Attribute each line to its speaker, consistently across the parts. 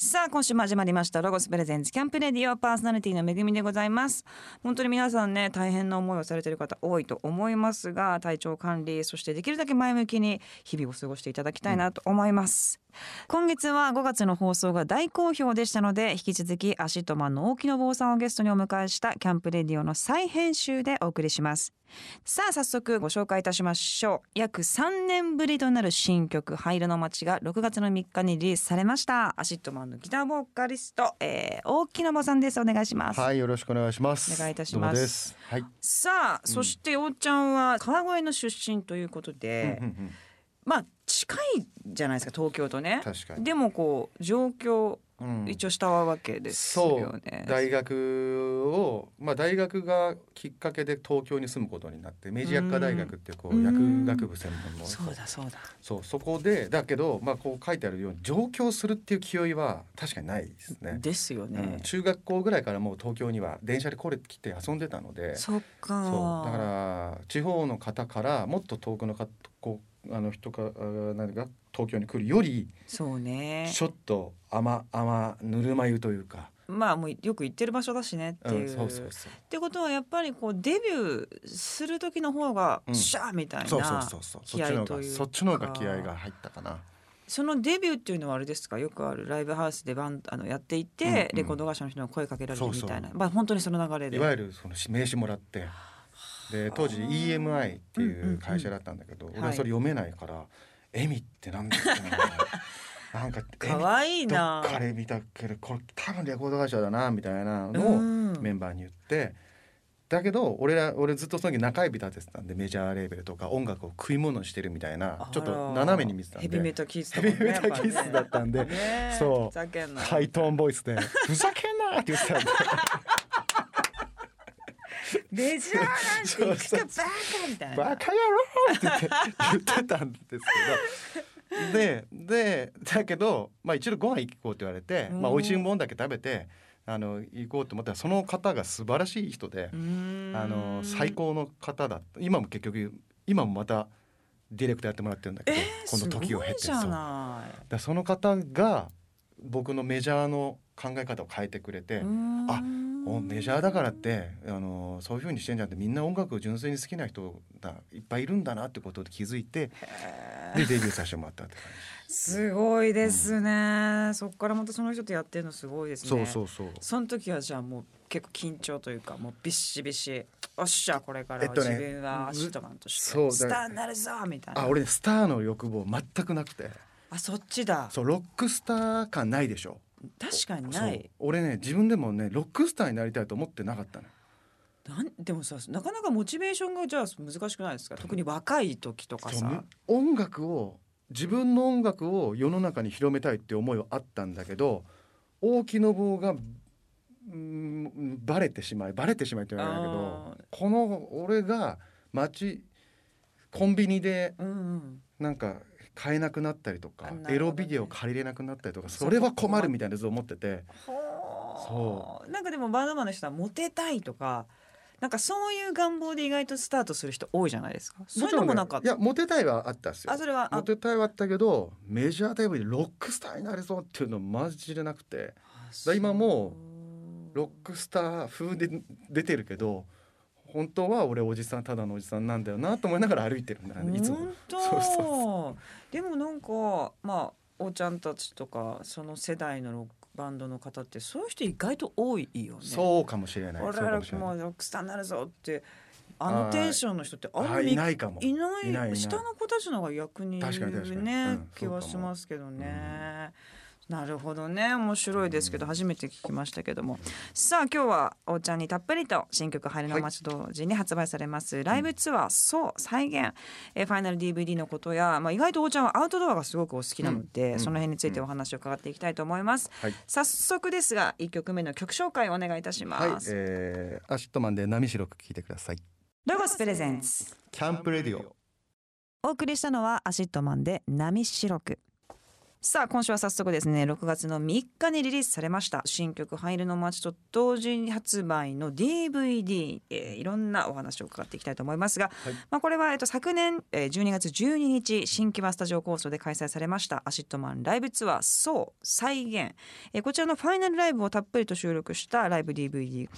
Speaker 1: さあ今週も始まりましたロゴスプレゼンツキャンプレディオパーソナリティのめぐみでございます本当に皆さんね大変な思いをされている方多いと思いますが体調管理そしてできるだけ前向きに日々を過ごしていただきたいなと思います、今月は5月の放送が大好評でしたので引き続きアシットマンの大木信坊さんをゲストにお迎えしたキャンプレディオの再編集でお送りしますさあ早速ご紹介いたしましょう約3年ぶりとなる新曲「灰色の街」が6月の3日にリリースされましたアシットマンのギターボーカリスト、えー、大木信坊さんですお願いします、
Speaker 2: はい、よろしくお願いします。
Speaker 1: お願いいたします
Speaker 2: どうもです。はい。
Speaker 1: さあそしておっちゃんは川越の出身ということで、まあ近いじゃないですか東京とね
Speaker 2: 確かに
Speaker 1: でもこう上京
Speaker 2: うん
Speaker 1: 一応したわけですよね。
Speaker 2: 大学を、まあ、大学がきっかけで東京に住むことになって明治薬科大学っていうこ
Speaker 1: う
Speaker 2: うん薬学部専門の
Speaker 1: そうだそうだ。
Speaker 2: そうそこでだけど、まあ、こう書いてあるように上京するっていう気負いは確かにないですね。
Speaker 1: ですよ
Speaker 2: う
Speaker 1: ね
Speaker 2: ん。中学校ぐらいからもう東京には電車で来れ来て遊んでたので
Speaker 1: そっか。
Speaker 2: そうだから地方の方からもっと遠くのかこうあの人かあなんか東京に来るより
Speaker 1: そうね。
Speaker 2: ちょっと甘甘ぬるま湯というか、
Speaker 1: まあもうよく行ってる場所だしねっていう。
Speaker 2: うんそうそうそう
Speaker 1: ってことはやっぱりこうデビューする時の方が
Speaker 2: うん
Speaker 1: シャーみたいな。
Speaker 2: そうそうそうそうそ
Speaker 1: 気
Speaker 2: っちの
Speaker 1: 合
Speaker 2: 方
Speaker 1: と
Speaker 2: が
Speaker 1: いうか
Speaker 2: そっちの方が気合が入ったかな
Speaker 1: そのデビューっていうのはあれですかよくあるライブハウスでバンあのやっていて、
Speaker 2: うんうん
Speaker 1: レコード会社の人に声かけられるみたいな
Speaker 2: そう
Speaker 1: まあ本当にその流れで
Speaker 2: いわゆるその名刺もらってで当時 EMI っていう会社だったんだけど、
Speaker 1: んうん
Speaker 2: 俺はそれ読めないから「エミってなんだっけ ななんか「
Speaker 1: かわいいな
Speaker 2: どっかで見たけどこれ多分レコード会社だな」みたいなのを
Speaker 1: うん
Speaker 2: メンバーに言って。だけど俺ら俺ずっとその時中指立ててたんでメジャーレーベルとか音楽を食い物にしてるみたいなちょっと斜めに見てたん
Speaker 1: ヘビメ
Speaker 2: で
Speaker 1: タキース
Speaker 2: ヘビメタキスだった んで
Speaker 1: ねえ
Speaker 2: そう
Speaker 1: ふざけんな
Speaker 2: ハイトーンボ イスで「ふざけんな!」って言ってたんで
Speaker 1: メジャーなんて行くかバカみたいな。
Speaker 2: バカ野郎って言って言ってたんですけどででだけど、まあ、一度ご飯行こうって言われて、まあ、
Speaker 1: うん
Speaker 2: 美味しいもんだけ食べてあの行こうと思ったらその方が素晴らしい人で
Speaker 1: う、ーん
Speaker 2: あの最。高の方だった今も結局今もまたディレクターやってもらってるんだけ
Speaker 1: え
Speaker 2: ど、
Speaker 1: ー、
Speaker 2: この時を経て
Speaker 1: すごいじゃ
Speaker 2: そう
Speaker 1: な
Speaker 2: だその方が僕のメジャーの考え方を変えてくれ
Speaker 1: い。
Speaker 2: て
Speaker 1: うー、ん
Speaker 2: あおメジャーだからってあのそういう風にしてんじゃなくてみんな音楽を純粋に好きな人がいっぱいいるんだなってことで気づいて
Speaker 1: へー
Speaker 2: でデビューさせてもらったって感
Speaker 1: すごいですね。そこからまたその人とやってるのすごいです
Speaker 2: じ。
Speaker 1: ね。
Speaker 2: そうそうそう。
Speaker 1: その時はじゃあもう結構緊張というかもうビッシビシおっしゃこれから
Speaker 2: えっとね
Speaker 1: 自分はアシットマンとして
Speaker 2: そうだ
Speaker 1: スターになるぞみたいな
Speaker 2: あ
Speaker 1: あ
Speaker 2: 俺ねスターの欲望全くなくて
Speaker 1: そっちだ
Speaker 2: そうロックスター感ないでしょ
Speaker 1: 確かにな
Speaker 2: そう
Speaker 1: い
Speaker 2: 俺ね自分でもねロックスターになりたいと思ってなかったの
Speaker 1: なんでもさなかなかモチベーションがじゃあ難しくないですか特に若い時とか
Speaker 2: そうね
Speaker 1: さ
Speaker 2: 音楽を自分の音楽を世の中に広めたいって思いはあったんだけど大木の棒がうんバレてしまいバレてしまいって言われるんだけ
Speaker 1: あ
Speaker 2: どこの俺が街コンビニで
Speaker 1: うんうん
Speaker 2: なんか買えなくなったりと
Speaker 1: あな
Speaker 2: か、
Speaker 1: るほどね
Speaker 2: エロビデオ借りれなくなったりとかそれは困るみたいなずっと思ってて
Speaker 1: ほうなんかでもバンドマンの人はモテたいとかなんかそういう願望で意外とスタートする人多いじゃないですかそういうのもなかっ
Speaker 2: い
Speaker 1: た
Speaker 2: やモテたいはあったんですよ
Speaker 1: あそれはあ
Speaker 2: モテたいはあったけどメジャーデビューでロックスターになれそうっていうのマジでなくて。だ今もロックスター風で出てるけど本当は俺おじさんただのおじさんなんだよなと思いながら歩いてるんだよねいつも
Speaker 1: 本。当
Speaker 2: そうそう
Speaker 1: でもなんかまあおーちゃんたちとかその世代のロックバンドの方ってそういう人意外と多いよね。
Speaker 2: そうかもしれない。
Speaker 1: 俺
Speaker 2: そう
Speaker 1: ら
Speaker 2: か
Speaker 1: ロ
Speaker 2: もしれない。
Speaker 1: ックスターになるぞってあのテンションの人ってあんま
Speaker 2: あ
Speaker 1: り
Speaker 2: いないかも。
Speaker 1: いない
Speaker 2: いないいない
Speaker 1: 下の子たちの方が逆に
Speaker 2: 確かに確かに
Speaker 1: ね、
Speaker 2: うん
Speaker 1: 気は
Speaker 2: そう
Speaker 1: し
Speaker 2: かも
Speaker 1: ますけどね。なるほどね面白いですけど初めて聞きましたけどもさあ今日はおーちゃんにたっぷりと新曲「春の街」同時に発売されますライブツアー「そう再現」えーファイナル DVD のことや、まあ、意外とおーちゃんはアウトドアがすごくお好きなので、
Speaker 2: うん
Speaker 1: その辺についてお話を伺っていきたいと思います、
Speaker 2: はい
Speaker 1: 早速ですが1曲目の曲紹介をお願いいたし
Speaker 2: はい
Speaker 1: ま、す、
Speaker 2: えー、アシットマンで波白く聞いてください。
Speaker 1: ロゴスプレゼンツ
Speaker 2: キャンプレディオ。
Speaker 1: お送りしたのはアシットマンで波白くさあ今週は早速ですね6月の3日にリリースされました新曲「ハイルの街」と同時に発売の DVD、えーいろんなお話を伺っていきたいと思いますが、
Speaker 2: はい
Speaker 1: まあ、これは、えっと、昨年、えー12月12日新木場スタジオ構想で開催されましたアシッドマンライブツアー「そう再現、えーこちらのファイナルライブをたっぷりと収録したライブ DVD、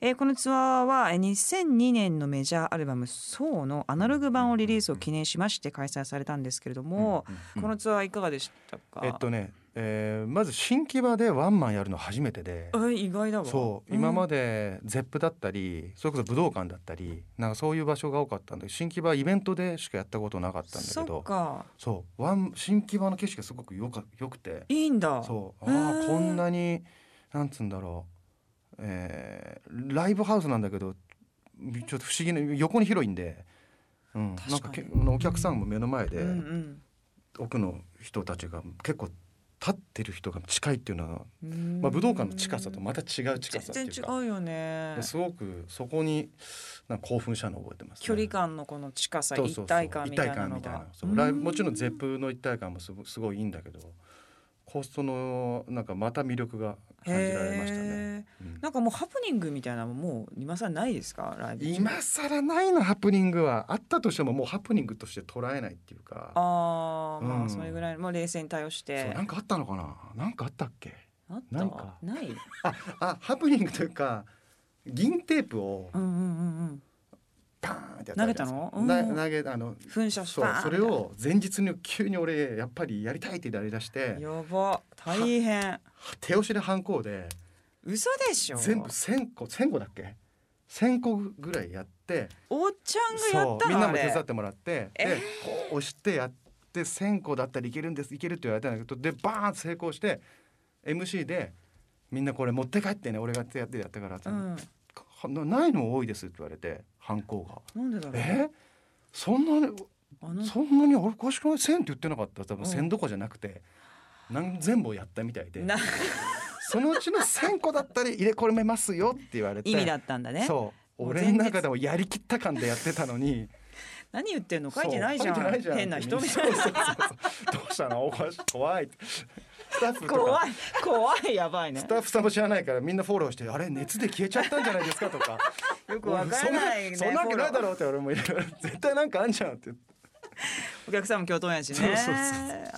Speaker 1: えーこのツアーはえー2002年のメジャーアルバム「そうのアナログ版をリリースを記念しまして開催されたんですけれども、
Speaker 2: うん
Speaker 1: このツアーいかがでしたか、
Speaker 2: えっとね、えーまず新木場でワンマンやるの初めてで
Speaker 1: え意外だわ
Speaker 2: そう今まで ZEP だったりそれこそ武道館だったりなんかそういう場所が多かったんだけど新木場はイベントでしかやったことなかったんだけ
Speaker 1: そ
Speaker 2: ど
Speaker 1: っか
Speaker 2: そうワン新木場の景色がすごくよかよくて
Speaker 1: いいんだ
Speaker 2: そう
Speaker 1: へ
Speaker 2: あ
Speaker 1: ー
Speaker 2: あこんなになんつうんだろう、えーライブハウスなんだけどちょっと不思議な横に広いんで、うん、なんか
Speaker 1: 確か
Speaker 2: け
Speaker 1: に
Speaker 2: お客さんも目の前で、
Speaker 1: うんうん
Speaker 2: 奥の人たちが結構立ってる人が近いっていうのは、
Speaker 1: うーん
Speaker 2: まあ、武道館の近さとまた違う近さって
Speaker 1: 全
Speaker 2: いう
Speaker 1: 然
Speaker 2: か
Speaker 1: 違うよね
Speaker 2: すごくそこになんか興奮したのを覚えてます、ね、
Speaker 1: 距離感のこの近さ
Speaker 2: そうそうそう
Speaker 1: 一体感みたいなのが
Speaker 2: 一体感みたいなそうライブもちろん
Speaker 1: 絶
Speaker 2: ZEP の一体感もすごすごいいいんだけどコーストのなんかまた魅力が感じられましたね。うん
Speaker 1: なんかもうハプニングみたいなのももう今さないですかライブ中
Speaker 2: 今更ないのハプニングはあったとしてももうハプニングとして捉えないっていうか
Speaker 1: ああま
Speaker 2: う
Speaker 1: あ
Speaker 2: ん
Speaker 1: それぐらいもう冷静に対応し
Speaker 2: そう
Speaker 1: て
Speaker 2: なんかあったのかななんかあったっけ
Speaker 1: あっ
Speaker 2: な
Speaker 1: た
Speaker 2: いか
Speaker 1: ない
Speaker 2: ああハプニングというか銀テープを
Speaker 1: うんうんうん
Speaker 2: バーンってやったわけじゃないですか
Speaker 1: 投げたのうん
Speaker 2: な投げあの
Speaker 1: うん噴射
Speaker 2: そう
Speaker 1: した
Speaker 2: それを前日に急に俺やっぱりやりたいってやりだして
Speaker 1: やば大変
Speaker 2: 手押しでハンコで
Speaker 1: 嘘でしょ
Speaker 2: 全部1,000個1,000個だっけ1,000個ぐらいやって
Speaker 1: おっちゃんがや
Speaker 2: そ
Speaker 1: っ
Speaker 2: う
Speaker 1: た
Speaker 2: みん
Speaker 1: のあ
Speaker 2: なも
Speaker 1: れ
Speaker 2: 手伝ってもらって、
Speaker 1: えー
Speaker 2: でこう押してやって1,000個だったらいけるんですいけるって言われたんだけどでバーンって成功して MC で「みんなこれ持って帰ってね俺がやってやったから」って
Speaker 1: うん
Speaker 2: なないの多いです」って言われて犯行が。
Speaker 1: なんでだろう
Speaker 2: えそんなに
Speaker 1: あの
Speaker 2: そんなにあれおかしくない1000って言ってなかった多
Speaker 1: うん
Speaker 2: 分1000どころじゃなくて、なん、全部をやったみたいで
Speaker 1: な
Speaker 2: そのうちの1000個だったら入れ込めますよって言われて
Speaker 1: 意味だったんだね
Speaker 2: そう
Speaker 1: もう
Speaker 2: 俺の中でもやりきった感でやってたのに
Speaker 1: 何言ってんの書いてないじゃん
Speaker 2: そう書いて
Speaker 1: 変な人みたい
Speaker 2: そうそうそうどうしたのおかしい怖いってスタッフと
Speaker 1: な
Speaker 2: か
Speaker 1: 怖い怖いやばいね
Speaker 2: スタッフさんも知らないからみんなフォローして「あれ熱で消えちゃったんじゃないですか」とか「
Speaker 1: よくわからないね
Speaker 2: そんなそんなわけないだろう」って俺も言いながら絶対なんかあんじゃん」って
Speaker 1: お客さんも共闘やしね
Speaker 2: そうそうそう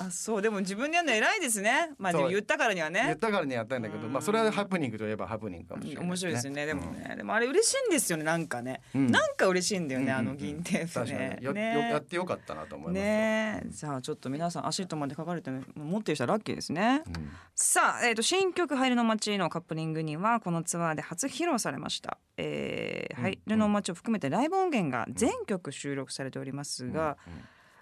Speaker 1: あそうでも自分でやるの偉いですねまあでも
Speaker 2: そう
Speaker 1: 言ったからには
Speaker 2: 言
Speaker 1: ね
Speaker 2: ったからにやったんだけど、まあ、それはハプニングといえばハプニングかもしれない、
Speaker 1: 面白いですよねでもね、でもあれ嬉しいんですよねなんかね、
Speaker 2: うん
Speaker 1: なんか嬉しいんだよ
Speaker 2: うん
Speaker 1: ね、
Speaker 2: うんうん
Speaker 1: あの銀テープ
Speaker 2: 確か
Speaker 1: ね
Speaker 2: によ、よや
Speaker 1: ね
Speaker 2: ってよかったなと思いますよ
Speaker 1: ねじゃあちょっと皆さんアシットまで書かれてる持ってる人はラッキーですね、
Speaker 2: うん
Speaker 1: さあ、えー、と新曲「ハイルの街」のカップリングにはこのツアーで初披露されました「えー
Speaker 2: うん
Speaker 1: ハイルの街」を含めてライブ音源が全曲収録されておりますが、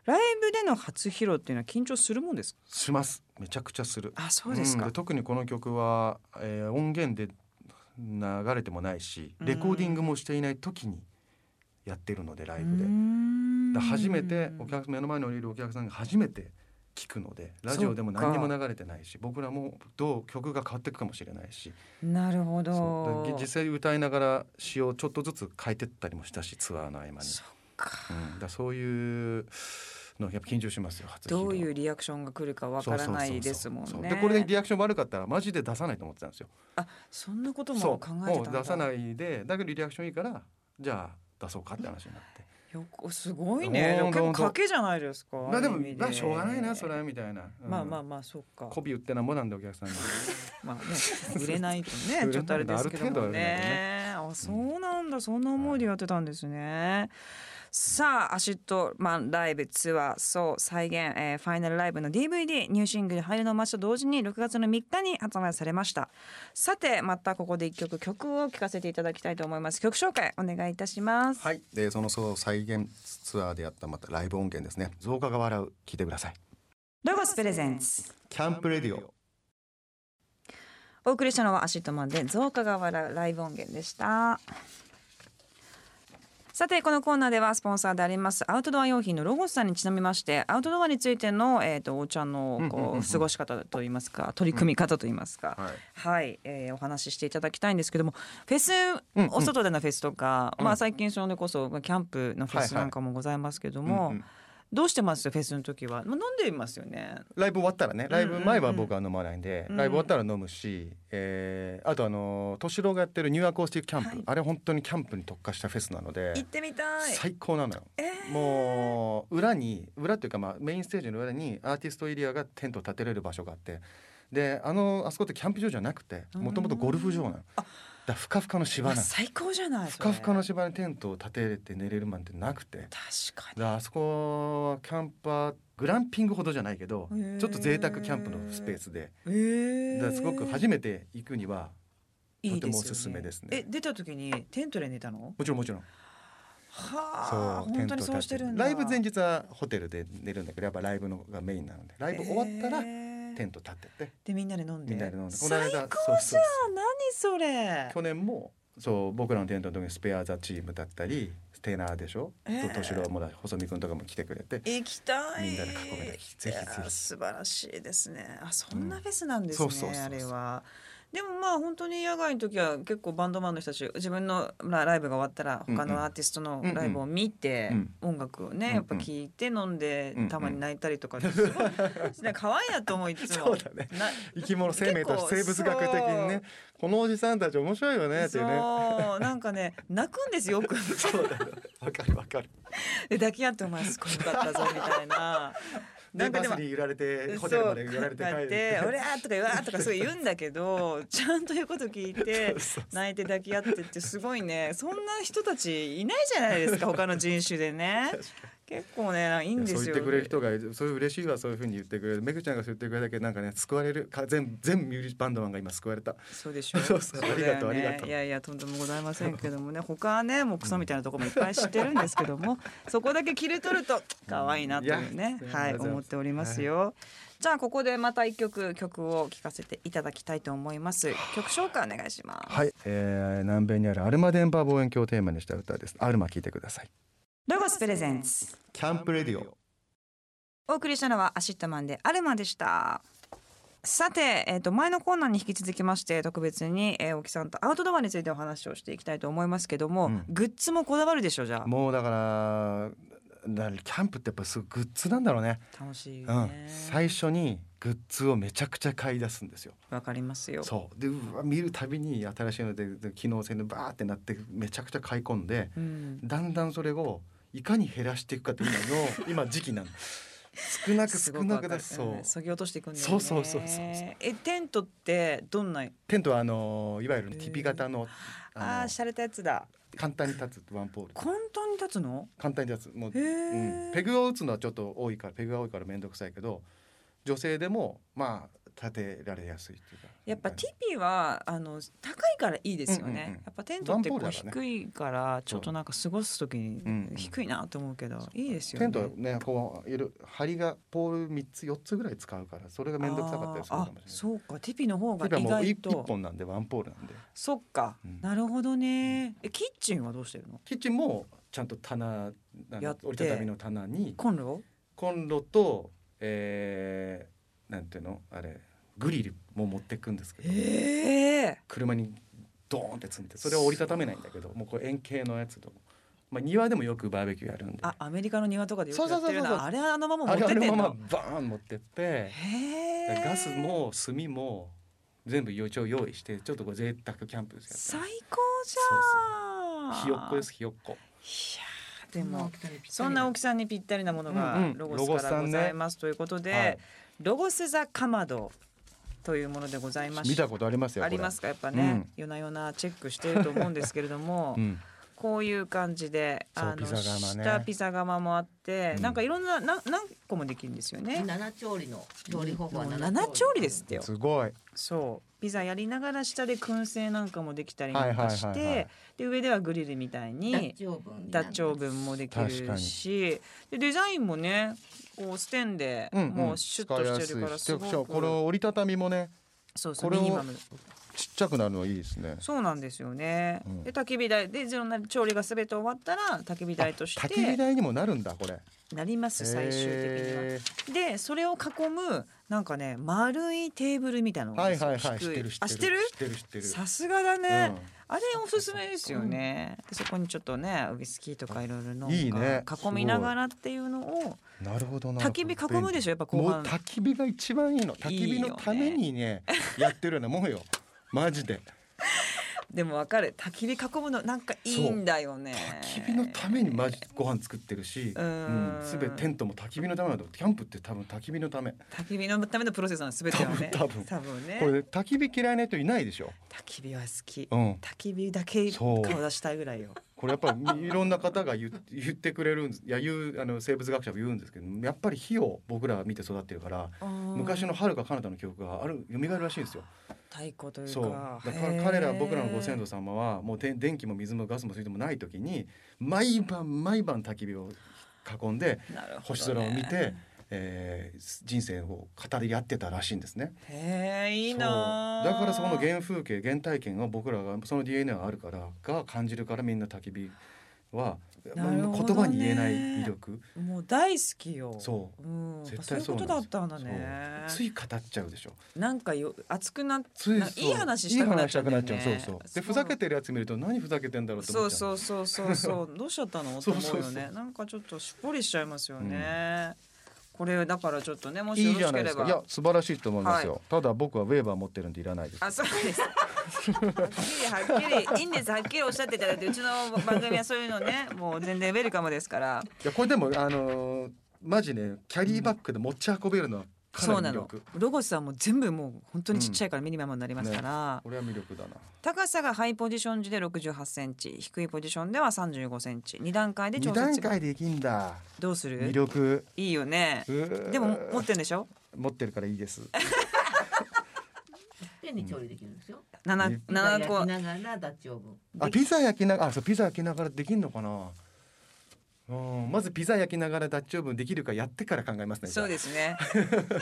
Speaker 1: ライブでの初披露っていうのは緊張するもんですか
Speaker 2: しますめちゃくちゃする
Speaker 1: あそうですか、
Speaker 2: ん特にこの曲は、えー音源で流れてもないしレコーディングもしていない時にやってるのでライブで、だから初めてお客目の前に降りるお客さんが初めて聞くのでラジオでも何にも流れてないし僕らもどう曲が変わっていくかもしれないし
Speaker 1: なるほ
Speaker 2: そう
Speaker 1: ど
Speaker 2: だから実際歌いながら詩をちょっとずつ変えてったりもしたしツアーの合間に、
Speaker 1: そっか
Speaker 2: うん、だからそういうのやっぱ緊張しますよ初披露
Speaker 1: どういうリアクションが来るかわからないですもん
Speaker 2: そうそうそう
Speaker 1: ね
Speaker 2: そうでこれでリアクション悪かったらマジで出さないと思ってたんですよ
Speaker 1: あそんなこと
Speaker 2: そ
Speaker 1: も
Speaker 2: う
Speaker 1: 考えて
Speaker 2: も
Speaker 1: たん
Speaker 2: う
Speaker 1: だ
Speaker 2: 出さないでだけどリアクションいいからじゃあ出そうかって話になって
Speaker 1: よくすごいねでも
Speaker 2: ほんと
Speaker 1: 結構
Speaker 2: ほんと
Speaker 1: 賭けじゃないですか
Speaker 2: まあでも
Speaker 1: る意味
Speaker 2: まあしょうがないなそれはみたいな、うん
Speaker 1: まあまあまあそうか
Speaker 2: 媚び売ってなんぼなんでお客さんに
Speaker 1: まあね、売れないと
Speaker 2: 売れない
Speaker 1: ね
Speaker 2: と
Speaker 1: ちょっとあれですけども
Speaker 2: ある程度は売れないと
Speaker 1: ねあそうなんだそんな思いでやってたんですね。さあアシッドマンライブツアーそう再現、えーファイナルライブの DVD ニューシングル「入るの街」と同時に6月の3日に発売されましたさてまたここで一曲曲を聴かせていただきたいと思います曲紹介お願いいたします、
Speaker 3: はい、でそのそう再現ツアーでやったまたライブ音源ですね増加が笑う聞いてください
Speaker 1: ロゴスプレゼンツ
Speaker 3: キャンプレディオ
Speaker 1: お送りしたのはアシットマンで増加が笑うライブ音源でしたさてこのコーナーではスポンサーでありますアウトドア用品のロゴスさんにちなみましてアウトドアについての、えー、とお茶の
Speaker 2: うんうん
Speaker 1: こ
Speaker 2: うんうん
Speaker 1: う過ごし方といいますか取り組み方といいますか、
Speaker 2: はい
Speaker 1: はい、えーお話ししていただきたいんですけどもフェス、
Speaker 2: うんうん
Speaker 1: お外でのフェスとか、
Speaker 2: うん
Speaker 1: まあ、最近それこそまあキャンプのフェス
Speaker 2: はいはい
Speaker 1: なんかもございますけども、
Speaker 2: うんうん
Speaker 1: どうしてますフェスの時は、まあ、飲んでいますよね
Speaker 2: ライブ終わったらねライブ前は僕は飲まないんで、
Speaker 1: うん
Speaker 2: ライブ終わったら飲むし、えーあとあの敏郎がやってるニューアコースティックキャンプ、
Speaker 1: はい
Speaker 2: あれ本当にキャンプに特化したフェスなので
Speaker 1: 行ってみたい
Speaker 2: 最高なのよ。
Speaker 1: えー
Speaker 2: もう裏に裏っていうかまあメインステージの裏にアーティストエリアがテントを建てれる場所があってであのあそこってキャンプ場じゃなくてもともとゴルフ場なのだからふかふかの芝
Speaker 1: あ
Speaker 2: なの
Speaker 1: 最高じゃない
Speaker 2: ふかふかの
Speaker 1: それ
Speaker 2: 芝にテントを建てれて寝れるなんてなくて
Speaker 1: 確かに
Speaker 2: であそこはキャンパーグランピングほどじゃないけど
Speaker 1: へー
Speaker 2: ちょっと贅沢キャンプのスペースで
Speaker 1: えー
Speaker 2: だからすごく初めて行くにはい
Speaker 1: い
Speaker 2: とても
Speaker 1: ですよ
Speaker 2: おすすめですね
Speaker 1: え出た時にテントで寝たの
Speaker 2: もちろんもちろん
Speaker 1: はあ本当にそうしてるんだ
Speaker 2: ライブ前日はホテルで寝るんだけどやっぱライブのがメインなのでライブ終わったら
Speaker 1: えー
Speaker 2: テント立ってて
Speaker 1: でみんなで飲んで
Speaker 2: みんなで飲んでこの
Speaker 1: 最高
Speaker 2: 間
Speaker 1: じゃん
Speaker 2: そうそう
Speaker 1: 何それ
Speaker 2: 去年もそう僕らのテントの時にスペア・ザ・チームだったりテナーでしょ
Speaker 1: えー
Speaker 2: と敏郎もだ細見君とかも来てくれて
Speaker 1: 行きたい
Speaker 2: みんなで囲めたらぜひぜひ
Speaker 1: いやー素晴らしいですねあそんなフェスなんですね、
Speaker 2: うんそうそうそうそう
Speaker 1: あれはでもまあ本当に野外の時は結構バンドマンの人たち自分のまあライブが終わったら
Speaker 2: うんうん
Speaker 1: 他のアーティストのライブを見て
Speaker 2: うん
Speaker 1: 音楽をね
Speaker 2: うん
Speaker 1: やっぱ聴いて飲んで
Speaker 2: うんうん
Speaker 1: たまに泣いたりとかって すごいなんか可愛いなと思ういつ
Speaker 2: そ
Speaker 1: も
Speaker 2: うだね
Speaker 1: な
Speaker 2: 生き物生命として生物学的にねこのおじさんたち面白いよねっていうね
Speaker 1: そうなんかね泣くんですよよく
Speaker 2: そうだよわかるわかる
Speaker 1: で抱き合ってお前すごいよかったぞみたいな。 な
Speaker 2: で
Speaker 1: んか
Speaker 2: バ
Speaker 1: で
Speaker 2: ス
Speaker 1: も
Speaker 2: に揺られて
Speaker 1: そ
Speaker 2: ホ
Speaker 1: う
Speaker 2: テルまで揺られて帰
Speaker 1: 帰
Speaker 2: る
Speaker 1: って「俺ら!」とか「うわ!」とかすごい言うんだけ どちゃんということ聞いて
Speaker 2: そう
Speaker 1: 泣いて抱き合ってってすごいねそんな人たちいないじゃないですか他の人種で ね結構ねいいんで
Speaker 2: そう
Speaker 1: す
Speaker 2: 言
Speaker 1: よ
Speaker 2: ってくれる人がいるそういう嬉しいわそういうふうに言ってくれるめぐちゃんがそう言ってくれるだけでなんかね救われるか全全ミュージックバンドマンが今救われた
Speaker 1: そうでしょ
Speaker 2: そうそう
Speaker 1: だよね
Speaker 2: ありがとうありがとう
Speaker 1: いやいやとんでもございませんけどもね他はねもうクソみたいなとこもいっぱい知ってるんですけども そこだけ切り取ると可愛いなというね
Speaker 2: いや
Speaker 1: は
Speaker 2: あ
Speaker 1: い
Speaker 2: りがとうございます
Speaker 1: 思っておりますよ、じゃあここでまた一曲曲を聴かせていただきたいと思います曲紹介お願いします
Speaker 2: はい、えー、南米にあるアルマデンバー望遠鏡をテーマにした歌ですアルマ聞いてください
Speaker 1: ロゴスプレゼンツ
Speaker 3: キャンプレディオ
Speaker 1: お送りしたのはアシットマンでアルマでしたさて、えー、と前のコーナーに引き続きまして特別に、えー、沖さんとアウトドアについてお話をしていきたいと思いますけども、
Speaker 2: うん
Speaker 1: グッズもこだわるでしょじゃあ
Speaker 2: もうだからだキャンプってやっぱすごいグッズなんだろうね
Speaker 1: 楽しい
Speaker 2: うん
Speaker 1: よね
Speaker 2: 最初にグッズをめちゃくちゃ買い出すんですよ
Speaker 1: わかりますよ
Speaker 2: そうでうわ見るたびに新しいのでで機能性のバーってなってめちゃくちゃ買い込んで
Speaker 1: うん、
Speaker 2: だんだんそれをいかに減らしていくかっていう のの今時期なの少なく
Speaker 1: す
Speaker 2: 少
Speaker 1: ごく
Speaker 2: な
Speaker 1: わ
Speaker 2: く
Speaker 1: か
Speaker 2: だ
Speaker 1: る
Speaker 2: しそう、
Speaker 1: ん削ぎ落としていくんだよね
Speaker 2: そうそうそうそうそう
Speaker 1: えテントってどんな
Speaker 2: テントはあのーいわゆる TP 型の,、
Speaker 1: あ
Speaker 2: あ
Speaker 1: あ
Speaker 2: の
Speaker 1: ー洒落たやつだ
Speaker 2: 簡単に立つワンポール
Speaker 1: 簡単に立つの
Speaker 2: 簡単に立つもう、
Speaker 1: へえ、
Speaker 2: うん、ペグを打つのはちょっと多いからペグが多いから面倒くさいけど女性でもまあ立てられやすいっていうか
Speaker 1: やっぱティピはあの高いからいいですよね、
Speaker 2: うんうんうん
Speaker 1: やっぱテントってこ
Speaker 2: 段ボ
Speaker 1: う
Speaker 2: ールだから
Speaker 1: 低いからちょっとなんか過ごす時
Speaker 2: うん
Speaker 1: に低いなと思うけど、いいですよ
Speaker 2: テ
Speaker 1: ね
Speaker 2: ントはねこういる針がポール3つ4つぐらい使うからそれが面倒くさかったりするかもしれ
Speaker 1: あー
Speaker 2: な
Speaker 1: あ
Speaker 2: い
Speaker 1: そうかティピの方が
Speaker 2: テントは
Speaker 1: 意
Speaker 2: もう
Speaker 1: 外
Speaker 2: 1,
Speaker 1: と
Speaker 2: 本なんでワンポールなんで
Speaker 1: そっか、
Speaker 2: うん
Speaker 1: なるほどねえキッチンはどうしてるの
Speaker 2: キッチンもちゃんと棚あ
Speaker 1: やっ
Speaker 2: の
Speaker 1: て
Speaker 2: 折りたたみの棚に
Speaker 1: コンロ
Speaker 2: コンロと、えー、なんていうのあれグリルも持ってくんですけど、
Speaker 1: ええ
Speaker 2: 車にドーンって積んでそれを折りたためないんだけどもうこれ円形のやつと、まあ、庭でもよくバーベキューやるんで
Speaker 1: あアメリカの庭とかでよくやってる
Speaker 2: そうそうそう
Speaker 1: な
Speaker 2: そう
Speaker 1: あれあのまま持
Speaker 2: あ
Speaker 1: って
Speaker 2: れ
Speaker 1: っ
Speaker 2: あ
Speaker 1: てんの
Speaker 2: のままバーン持ってって
Speaker 1: へえ
Speaker 2: ガスも炭も全部一応用意してちょっとこう贅沢キャンプです
Speaker 1: 最
Speaker 2: よ
Speaker 1: 高じゃん
Speaker 2: ひよっこですひよっこ
Speaker 1: いやーでもそんな大きさにぴったりなもの
Speaker 2: うん
Speaker 1: が
Speaker 2: うん
Speaker 1: ロゴスからございます、ということで、
Speaker 2: はい
Speaker 1: ロゴスザカマドというものでございまして
Speaker 3: 見たことありますよ
Speaker 1: ありますかやっぱね、
Speaker 2: うん
Speaker 1: 夜な夜なチェックしてると思うんですけれども、
Speaker 2: うん
Speaker 1: こういう感じで
Speaker 2: そう
Speaker 1: あの
Speaker 2: ピザ窯ね
Speaker 1: 下ピザ窯もあって、
Speaker 2: うん
Speaker 1: なんかいろんなな何個もできるんですよね。
Speaker 4: 七調理の調理方法は
Speaker 1: もう
Speaker 4: 七
Speaker 1: 七調理ですっ。てよ
Speaker 3: すごい
Speaker 1: そうピザやりながら下で燻製なんかもできたり
Speaker 2: はい
Speaker 1: なん
Speaker 2: はい
Speaker 1: か
Speaker 2: は
Speaker 1: し
Speaker 2: い
Speaker 1: て、
Speaker 2: はい
Speaker 1: で上ではグリルみたい
Speaker 4: ダ
Speaker 1: に
Speaker 4: ッチオーブンにな
Speaker 1: ダ
Speaker 4: る
Speaker 1: ッチオーブンもできるしでデザインもねこうステンで
Speaker 2: うんうん
Speaker 1: もうシュッとしてるからすごく、
Speaker 3: この折りたたみもね
Speaker 1: そうそ
Speaker 3: こ
Speaker 1: う
Speaker 3: れ
Speaker 1: ミ
Speaker 3: を
Speaker 1: ニマム
Speaker 3: ちっちゃくなるのいいですね。
Speaker 1: そうなんですよね。
Speaker 3: うん
Speaker 1: で焚き火台でいろんな調理がすべて終わったら焚き火台とし
Speaker 3: 焚き火
Speaker 1: て
Speaker 3: 台にもなるんだこれ。
Speaker 1: なります最終的には。
Speaker 3: へ
Speaker 1: でそれを囲むなんかね丸いテーブルみたいな
Speaker 3: ー
Speaker 1: のがあ
Speaker 3: は
Speaker 1: る
Speaker 3: い
Speaker 1: んですよ
Speaker 3: はいはい。知っ
Speaker 1: 低
Speaker 3: てる
Speaker 1: い
Speaker 3: 知
Speaker 1: あ知ってる
Speaker 3: 知ってる知ってる。
Speaker 1: さすがだね、あれおすすめですよ
Speaker 3: うん
Speaker 1: ねでそこにちょっとねウイスキーとかいろいろ飲んで
Speaker 3: いいね
Speaker 1: 囲みながらっていうのを
Speaker 3: うんなるほどな。
Speaker 1: 焚き火囲むでしょやっぱ後
Speaker 3: もう
Speaker 1: 半
Speaker 3: 焚き火が一番いいの。焚き火のためにねやってるようなもんよ。マジで。
Speaker 1: でもわかる焚き火囲むのなんかいいんだよね
Speaker 2: 焚き火のためにマジご飯作ってるし、
Speaker 1: うーん
Speaker 2: すべてテントも焚き火のためなんだけどキャンプって多分焚き火のため。
Speaker 1: 焚き火のためのプロセスなんですべてはね
Speaker 2: 多分多
Speaker 1: ね
Speaker 3: これ焚き火嫌いな人いないでしょ。
Speaker 1: 焚き火は好き焚
Speaker 3: うん。
Speaker 1: き火だけ
Speaker 3: そ
Speaker 1: 顔
Speaker 3: う
Speaker 1: 出したいぐらいよ
Speaker 2: これやっぱりいろんな方が言って 言ってくれるんです。いや言うあの生物学者も言うんですけど、やっぱり火を僕らは見て育ってるから。昔の遥か彼方の記憶がある蘇るらしいんですよ。
Speaker 1: 太鼓というか
Speaker 2: そう。だか
Speaker 1: へ
Speaker 2: ら
Speaker 1: ー
Speaker 2: 彼ら僕らのご先祖様はもうて電気も水もガスも水道もない時に毎晩毎晩焚き火を囲んで
Speaker 1: なるほどね
Speaker 2: 星空を見て、えー人生を語り合ってたらしいんですね。
Speaker 1: へえいいな
Speaker 2: そうだから
Speaker 1: そ
Speaker 2: そこの原風景原体験を僕らがその DNA があるからが感じるからみんな焚き火は、
Speaker 1: な
Speaker 2: まあ
Speaker 1: るほどね
Speaker 2: 言葉に言えない魅力
Speaker 1: もう大好きよ、
Speaker 2: そう
Speaker 1: ん、
Speaker 2: 絶対
Speaker 1: そういうことだ
Speaker 2: なん
Speaker 1: っ
Speaker 2: です
Speaker 1: たんだね
Speaker 2: そうつい語っちゃうでしょ
Speaker 1: なんかよ熱くなっ
Speaker 2: つい
Speaker 1: な
Speaker 2: そう
Speaker 1: いい話したくなっちゃうんだよね
Speaker 2: いい話したくなっちゃうそうそうでふざけてるやつ見ると何ふざけてんだろうと
Speaker 1: そ
Speaker 2: 思
Speaker 1: う
Speaker 2: っちゃ
Speaker 1: そううそうそうそうどうしちゃっ たのと
Speaker 2: そう
Speaker 1: 思うよ
Speaker 2: そう
Speaker 1: ね
Speaker 2: そう
Speaker 1: なんかちょっとしっぽりしちゃいますよね、これだからちょっとねもし
Speaker 3: い
Speaker 1: よ
Speaker 3: い
Speaker 1: ろ
Speaker 3: じゃ
Speaker 1: し
Speaker 3: な
Speaker 1: け
Speaker 3: いで
Speaker 1: れ
Speaker 3: すか。
Speaker 1: ば
Speaker 3: いや素晴らしいと思いますよ。ただ僕はウェーバー持ってるんでいらないです。
Speaker 1: あそうですはっきりはっきりいいんですはっきりおっしゃっていただいてうちの番組はそういうのねもう全然ウェルカムですから
Speaker 2: いやこれでもあのーマジねキャリーバッグで持ち運べるのはか
Speaker 1: そう
Speaker 2: な
Speaker 1: な
Speaker 2: り魅
Speaker 1: の
Speaker 2: 力。
Speaker 1: ロゴスはもう全部もう本当にちっちゃいからミニマムになりますから、
Speaker 2: これは魅力だな。
Speaker 1: 高さがハイポジション時で68センチ低いポジションでは35センチ二段階で
Speaker 3: 二
Speaker 1: 調節
Speaker 3: 段階でいきんだ。
Speaker 1: どうする
Speaker 3: 魅力。
Speaker 1: いいよね
Speaker 3: うー
Speaker 1: でも持ってんでしょ
Speaker 3: 持ってるからいい です。
Speaker 4: 手に調理できるんですよ。
Speaker 1: 七
Speaker 3: ね
Speaker 1: 七個
Speaker 4: 焼きながらダッチオーブン。
Speaker 3: あピザ焼きながらあそうピザ焼きながらできんのかな。
Speaker 2: うん、まずピザ焼きながらダッチオーブンできるかやってから考えますね。
Speaker 1: そう
Speaker 2: す。
Speaker 1: です ね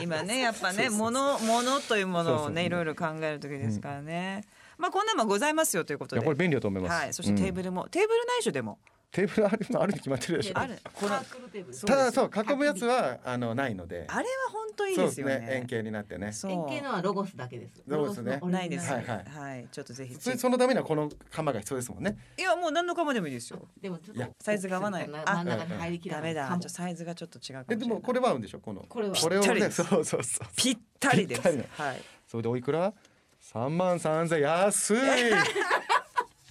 Speaker 1: 今ねやっぱねものものというものをねいろいろ考える時ですからね、まあこんなもんございますよというこ
Speaker 3: い
Speaker 1: と
Speaker 3: や
Speaker 1: で
Speaker 3: これ便利だと思います。
Speaker 1: はいそしてテーブ
Speaker 3: ル、
Speaker 1: ルも、テーブル内緒でも
Speaker 3: テーブルあるのあるに決まってるでしょ。
Speaker 1: ある
Speaker 4: サークルテーブル。
Speaker 1: そう
Speaker 2: ただ
Speaker 1: ですよ
Speaker 2: そう囲むやつはあのないので。
Speaker 1: あれは本当いいですよね
Speaker 2: そうですね。円形になってね。
Speaker 1: そう
Speaker 4: 円形のはロゴスだけです。
Speaker 2: ロゴスね
Speaker 4: のオリジナル
Speaker 1: ないです
Speaker 2: はい
Speaker 1: は、
Speaker 2: はい
Speaker 1: ちょっとぜひ
Speaker 2: 普通にそのためにはこの釜が必要ですもんね。
Speaker 1: いやもう何のかまでもいいですよ
Speaker 4: でもちょっ
Speaker 2: いや
Speaker 4: と
Speaker 1: サイズが合わない
Speaker 4: 真ん中に入りきら
Speaker 1: ダ
Speaker 4: な
Speaker 1: メ
Speaker 4: い。
Speaker 1: だ
Speaker 4: かも
Speaker 1: ちょサイズがちょっと違うかもしれ
Speaker 2: えで
Speaker 1: ない
Speaker 2: もこれは合うんでしょこの。
Speaker 4: これは
Speaker 2: これを
Speaker 1: ぴったりで
Speaker 2: ね
Speaker 1: す
Speaker 2: そうそうそう。
Speaker 1: ぴったりです
Speaker 2: ぴったりなの
Speaker 1: はい
Speaker 3: それでおいくら？三万三千安 い。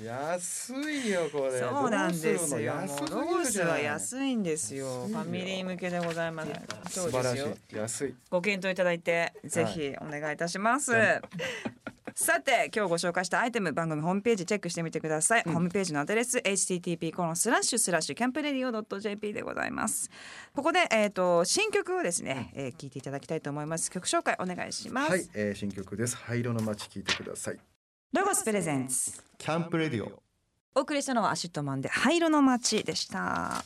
Speaker 2: 安いよこれ。
Speaker 1: そうなんで
Speaker 2: どう
Speaker 1: す
Speaker 2: る
Speaker 1: よ。
Speaker 2: の
Speaker 1: も
Speaker 2: 安
Speaker 1: う
Speaker 2: す
Speaker 1: ロ
Speaker 2: ぎ
Speaker 1: ゴ
Speaker 2: る
Speaker 1: ス
Speaker 2: じゃ
Speaker 1: は
Speaker 2: ん。
Speaker 1: 安いんですよ。ファミリー向けでございます。そ
Speaker 2: 素
Speaker 1: うで
Speaker 2: 晴ら
Speaker 1: す
Speaker 2: し
Speaker 1: よ。
Speaker 2: い。安い。
Speaker 1: ご検討いただいて、ぜひお願いいたします。 さて今日ご紹介したアイテム番組ホームページチェックしてみてください、ホームページのアドレス http コロンスラッシュスラッシュキャンプレディオ .jp でございますここでえっ、と新曲をですね、えー、聞いていただきたいと思います曲紹介お願いします、
Speaker 2: はい、えー、新曲です。灰色の街聞いてください。
Speaker 1: ロゴスプレゼンツ
Speaker 3: キャンプレディオ。
Speaker 1: お送りしたのはアシットマンで灰色の街でした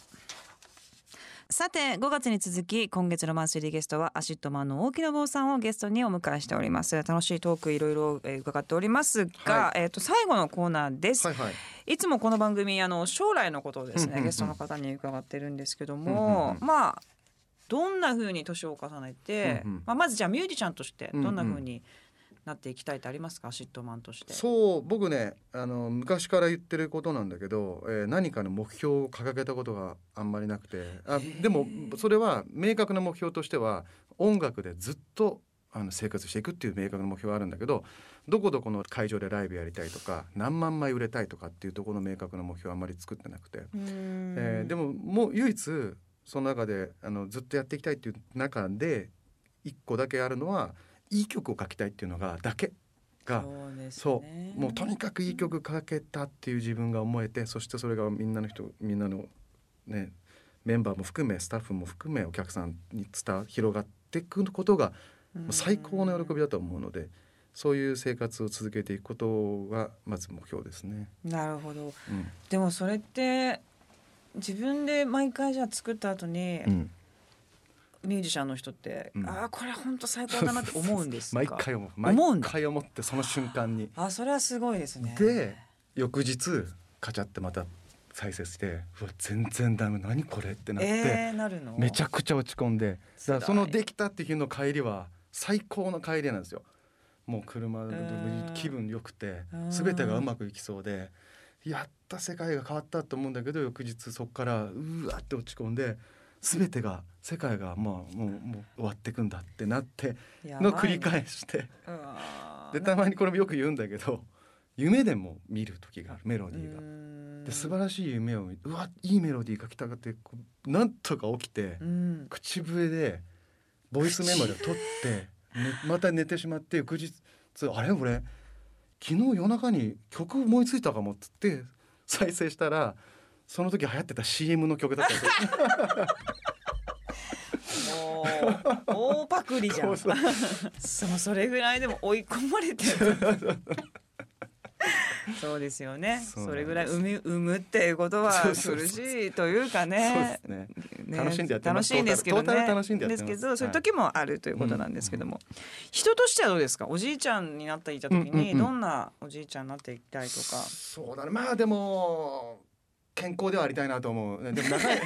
Speaker 1: さて5月に続き今月のマンスリーゲストはアシットマンの大木信夫さんをゲストにお迎えしております楽しいトークいろいろえー伺っておりますが、えっ、と最後のコーナーです、
Speaker 2: はいはい。
Speaker 1: いつもこの番組あの将来のことをですね、
Speaker 2: うんうんうん
Speaker 1: ゲストの方に伺ってるんですけども、まあどんな風に年を重ねて、
Speaker 2: うんうん
Speaker 1: まあまずじゃあミュージシャンとしてどんな
Speaker 2: うん
Speaker 1: 風
Speaker 2: うん
Speaker 1: になっていきたいってありますか、アシットマンとして。
Speaker 2: そう僕ねあの昔から言ってることなんだけど、えー何かの目標を掲げたことがあんまりなくてあでもそれは明確な目標としては音楽でずっとあの生活していくっていう明確な目標はあるんだけどどこどこの会場でライブやりたいとか何万枚売れたいとかっていうところの明確な目標はあんまり作ってなくて、えーで
Speaker 1: も
Speaker 2: ももう唯一その中であのずっとやっていきたいっていう中で一個だけあるのはいい曲を書きたいっていうのがだけが。
Speaker 1: そうです
Speaker 2: そ
Speaker 1: ね
Speaker 2: もうとにかくいい曲かけたっていう自分が思えてそしてそれがみんなの人みんなのねメンバーも含めスタッフも含めお客さんに伝わ広がっていくことがもう最高の喜びだと思うのでそういう生活を続けていくことがまず目標ですね。
Speaker 1: なるほど
Speaker 2: うん
Speaker 1: でもそれって自分で毎回じゃあ作った後に、
Speaker 2: うん
Speaker 1: ミュージシャンの人って、
Speaker 2: うん
Speaker 1: ああこれ本当最高だなって思うんですか
Speaker 2: 毎回思う
Speaker 1: 思うん
Speaker 2: 毎
Speaker 1: だ
Speaker 2: 回思ってその瞬間に
Speaker 1: あそれはすごいですね
Speaker 2: で翌日カチャってまた再生してうわ全然ダメ何これってなって、
Speaker 1: えー、なるの
Speaker 2: めちゃくちゃ落ち込んでだからそ
Speaker 1: 辛
Speaker 2: の
Speaker 1: い
Speaker 2: できたっていう日の帰りは最高の帰りなんですよもう車で
Speaker 1: うん
Speaker 2: 気分良くて
Speaker 1: うん
Speaker 2: 全てがうまくいきそうでやった世界が変わったと思うんだけど翌日そこからうわって落ち込んで全てが世界がまあもうもう終わってくんだってなっての繰り返して
Speaker 1: うわー
Speaker 2: でたまにこれもよく言うんだけど夢でも見る時があるメロディーが
Speaker 1: う。ーん
Speaker 2: で素晴らしい夢を見うわいいメロディーが来たかってこうなんとか起きて。
Speaker 1: うん
Speaker 2: 口笛でボイスメモで撮って、ねまた寝てしまって翌日あれ俺昨日夜中に曲思いついたかもっつって再生したらその時流行ってた CM の曲だったんですよ
Speaker 1: もう大パク リじゃん。
Speaker 2: そう
Speaker 1: そのそれぐらいでも追い込まれてる。そうですよね。
Speaker 2: そう
Speaker 1: そ
Speaker 2: なんです
Speaker 1: れぐらい産む産むっていうことは
Speaker 2: そ
Speaker 1: 苦
Speaker 2: うそうそう
Speaker 1: しいというか
Speaker 2: そうで
Speaker 1: ね
Speaker 2: す。ね
Speaker 1: ね
Speaker 2: 楽しんでやってます
Speaker 1: 楽しいんですけど
Speaker 2: トータルトー
Speaker 1: ね。
Speaker 2: タル楽しんでやってます
Speaker 1: ですけど、そういう時もあるということなんですけども、人としてはどうですか。おじいちゃんになっていた時
Speaker 2: うんうんう
Speaker 1: に
Speaker 2: ん
Speaker 1: どんなおじいちゃんになっていきたいとか。
Speaker 2: そうだねまあでも健康ではありたいなと思うでも 長い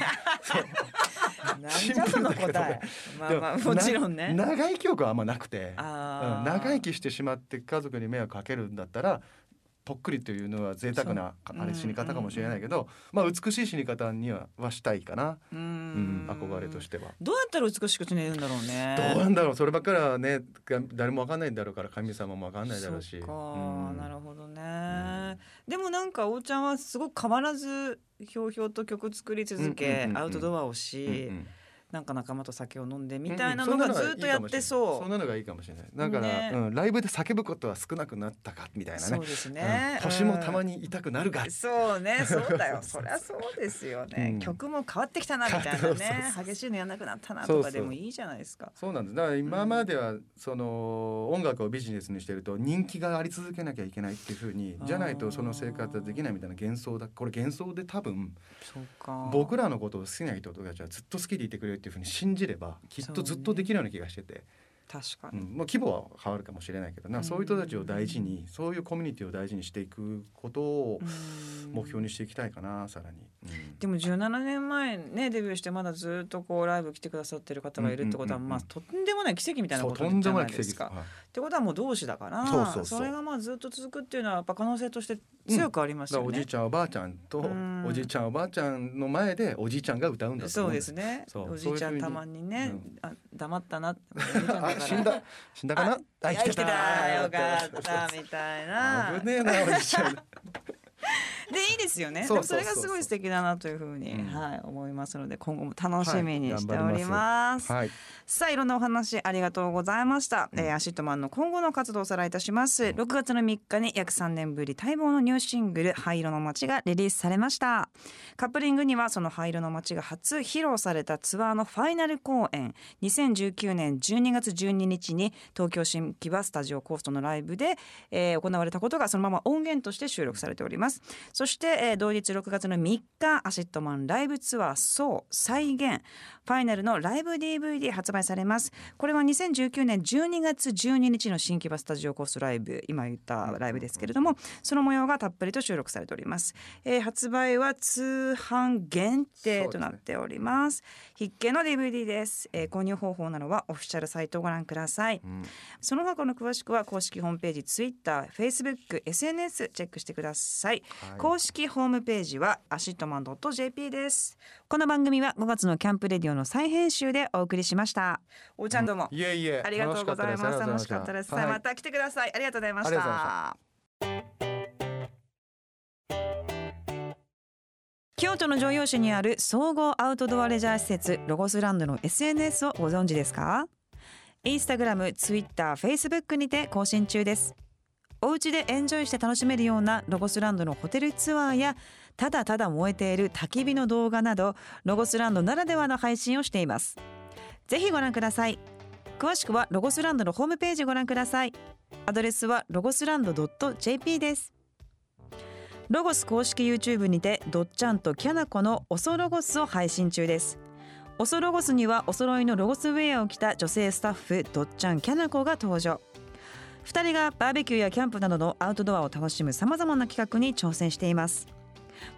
Speaker 2: そう
Speaker 1: なんじゃその
Speaker 2: シンプルだ
Speaker 1: 答
Speaker 2: け
Speaker 1: え
Speaker 2: ど。
Speaker 1: まあまあもちろんね
Speaker 2: な。長生き欲はあんまなくて
Speaker 1: あ
Speaker 2: う
Speaker 1: あ
Speaker 2: ん、長生きしてしまって家族に迷惑かけるんだったらぽっくりというのは贅沢な
Speaker 1: そう
Speaker 2: あれ死に方かもしれないけど、まあ、美しい死に方にははしたいかな、
Speaker 1: う
Speaker 2: うん
Speaker 1: ん、
Speaker 2: 憧れとしては。
Speaker 1: どうやったら美しく寝るんだろうね。
Speaker 2: どうなんだろうそればっかりはねが誰もわかんないんだろうから神様もわかんないだろうし。
Speaker 1: そっか、
Speaker 2: うん
Speaker 1: なるほどね。でもなんかおうちゃんはすごく変わらずひょうひょうと曲作り続
Speaker 2: うんうんう
Speaker 1: け
Speaker 2: ん、うん
Speaker 1: アウトドアをし、
Speaker 2: うんうん
Speaker 1: なんか仲間と酒を飲んでみたいなのがずっとやってそう。
Speaker 2: うんそんなのがいいかもしれないそんなのがいいかもしれないだから、
Speaker 1: ね
Speaker 2: うん、ライブで叫ぶことは少なくなったかみたいな
Speaker 1: そ
Speaker 2: ね
Speaker 1: うですね
Speaker 2: うん。腰もたま
Speaker 1: に。
Speaker 2: に痛くなるが、
Speaker 1: そうね、そうだよ、そりゃそうですよね、
Speaker 2: うん
Speaker 1: 曲も変わってきたなみたい
Speaker 2: 変
Speaker 1: な
Speaker 2: わって そう
Speaker 1: ね
Speaker 2: そう、そう
Speaker 1: 激しいのやんなくなったな
Speaker 2: そ
Speaker 1: と
Speaker 2: うそ
Speaker 1: か
Speaker 2: う
Speaker 1: でもいいじゃないですか。
Speaker 2: そうなんですだから今まではその音楽をビジネスにしてると人気があり続けなきゃいけないっていうふうにじゃないとその生活はできないみたいな幻想だこれ幻想で多分
Speaker 1: そうか。
Speaker 2: 僕らのことを好きな人たちはずっと好きでいてくれるっていうふうに信じればきっとずっとできるような気がしてて
Speaker 1: 確か
Speaker 2: う、
Speaker 1: に。
Speaker 2: ん、まあ規模は変わるかもしれないけどなんかそういう人たちを大事にそういうコミュニティを大事にしていくことを
Speaker 1: うん
Speaker 2: 目標にしていきたいかなさらに。うん
Speaker 1: でも17年前ねデビューしてまだずっとこうライブ来てくださってる方がいるってことは、
Speaker 2: うんうんうんうん
Speaker 1: まあとんでもない奇跡みたいな
Speaker 2: そ
Speaker 1: こ
Speaker 2: う
Speaker 1: と
Speaker 2: とん
Speaker 1: じ
Speaker 2: で
Speaker 1: ゃ
Speaker 2: も
Speaker 1: な
Speaker 2: ない
Speaker 1: いで
Speaker 2: 奇跡ですす。
Speaker 1: か。
Speaker 2: はい
Speaker 1: ってことはもう同志だから
Speaker 3: そうそうそう
Speaker 1: れがまあずっと続くっていうのはやっぱ可能性として強くありま
Speaker 2: だ
Speaker 1: す
Speaker 2: から
Speaker 1: よ
Speaker 2: おじ
Speaker 1: ね
Speaker 2: い。ちゃんおばあちゃんと
Speaker 1: うん
Speaker 2: おじいちゃんおばあちゃんの前でおじいちゃんが歌うんだと
Speaker 1: そう
Speaker 2: 思うん
Speaker 1: で
Speaker 2: です
Speaker 1: すね。
Speaker 2: そう
Speaker 1: おじいちゃ
Speaker 2: そ
Speaker 1: ん
Speaker 2: ういうふうに
Speaker 1: たまにね、
Speaker 2: うん
Speaker 1: あ黙ったなっておじいちゃんだか
Speaker 2: あ
Speaker 1: ら。
Speaker 2: 死んだ死んだかな
Speaker 1: あ生きてたよか
Speaker 2: そう
Speaker 1: っ
Speaker 2: そう
Speaker 1: たみたい
Speaker 2: そう
Speaker 1: な。
Speaker 2: 危ねえなおじちゃん
Speaker 1: でいいですよね。で
Speaker 2: そう
Speaker 1: も
Speaker 2: そ
Speaker 1: そう
Speaker 2: そう
Speaker 1: れがすごい素敵だなというふうに、
Speaker 2: うん
Speaker 1: はい思いますので今後も楽しみにしております。
Speaker 2: はい
Speaker 1: さあいろんなお話ありがとうございました、えーアシットマンの今後の活動をおさらいいたします6月の3日に約3年ぶり待望のニューシングル「灰色の街」がリリースされましたカップリングにはその灰色の街が初披露されたツアーのファイナル公演2019年12月12日に東京新木場スタジオコーストのライブで、えー行われたことがそのまま音源として収録されておりますそして、えー同日6月の3日アシットマンライブツアー「そう再現」ファイナルのライブ DVD 発売されますこれは2019年12月12日の新木場スタジオコーストライブ今言ったライブですけれどもその模様がたっぷりと収録されております、えー発売は通販限定となっております必見の DVD です、えー購入方法などはオフィシャルサイトをご覧ください、その他の詳しくは公式ホームページ Twitter、Facebook、SNS チェックしてください、公式ホームページはアシットマン .jp ですこの番組は5月のキャンプレディオの再編集でお送りしましたおうちゃんどうも、
Speaker 2: いえいえ
Speaker 1: ありがとうございます楽
Speaker 2: 楽
Speaker 1: し
Speaker 2: し
Speaker 1: か
Speaker 2: か
Speaker 1: っ
Speaker 2: ったた
Speaker 1: で
Speaker 2: ですす
Speaker 1: さあ
Speaker 2: は
Speaker 1: ま
Speaker 2: い
Speaker 1: た来てくださいありがとうございまし
Speaker 2: ありがとうございま
Speaker 1: た京都の城陽市にある総合アウトドアレジャー施設ロゴスランドの SNS をご存知ですかインスタグラム、ツイッター、フェイスブックにて更新中ですお家でエンジョイして楽しめるようなロゴスランドのホテルツアーやただただ燃えている焚き火の動画などロゴスランドならではの配信をしていますぜひご覧ください詳しくはロゴスランドのホームページをご覧くださいアドレスはロゴスランド .jp ですロゴス公式 YouTube にてどっちゃんとキャナコのオソロゴスを配信中ですオソロゴスにはお揃いのロゴスウェアを着た女性スタッフどっちゃんきゃなこが登場2人がバーベキューやキャンプなどのアウトドアを楽しむさまざまな企画に挑戦しています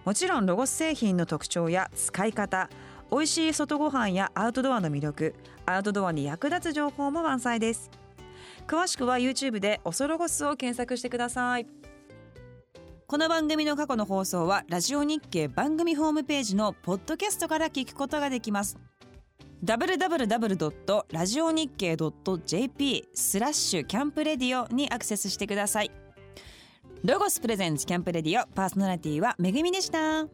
Speaker 1: もちろんロゴス製品の特徴や使い方美味しい外ご飯やアウトドアの魅力アウトドアに役立つ情報も満載です詳しくは YouTube でオソロゴスを検索してくださいこの番組の過去の放送はラジオ日経番組ホームページのポッドキャストから聞くことができます www.radionickei.jp スラッシュキャンプレディオにアクセスしてくださいロゴスプレゼンツキャンプレディオパーソナリティはめぐみでした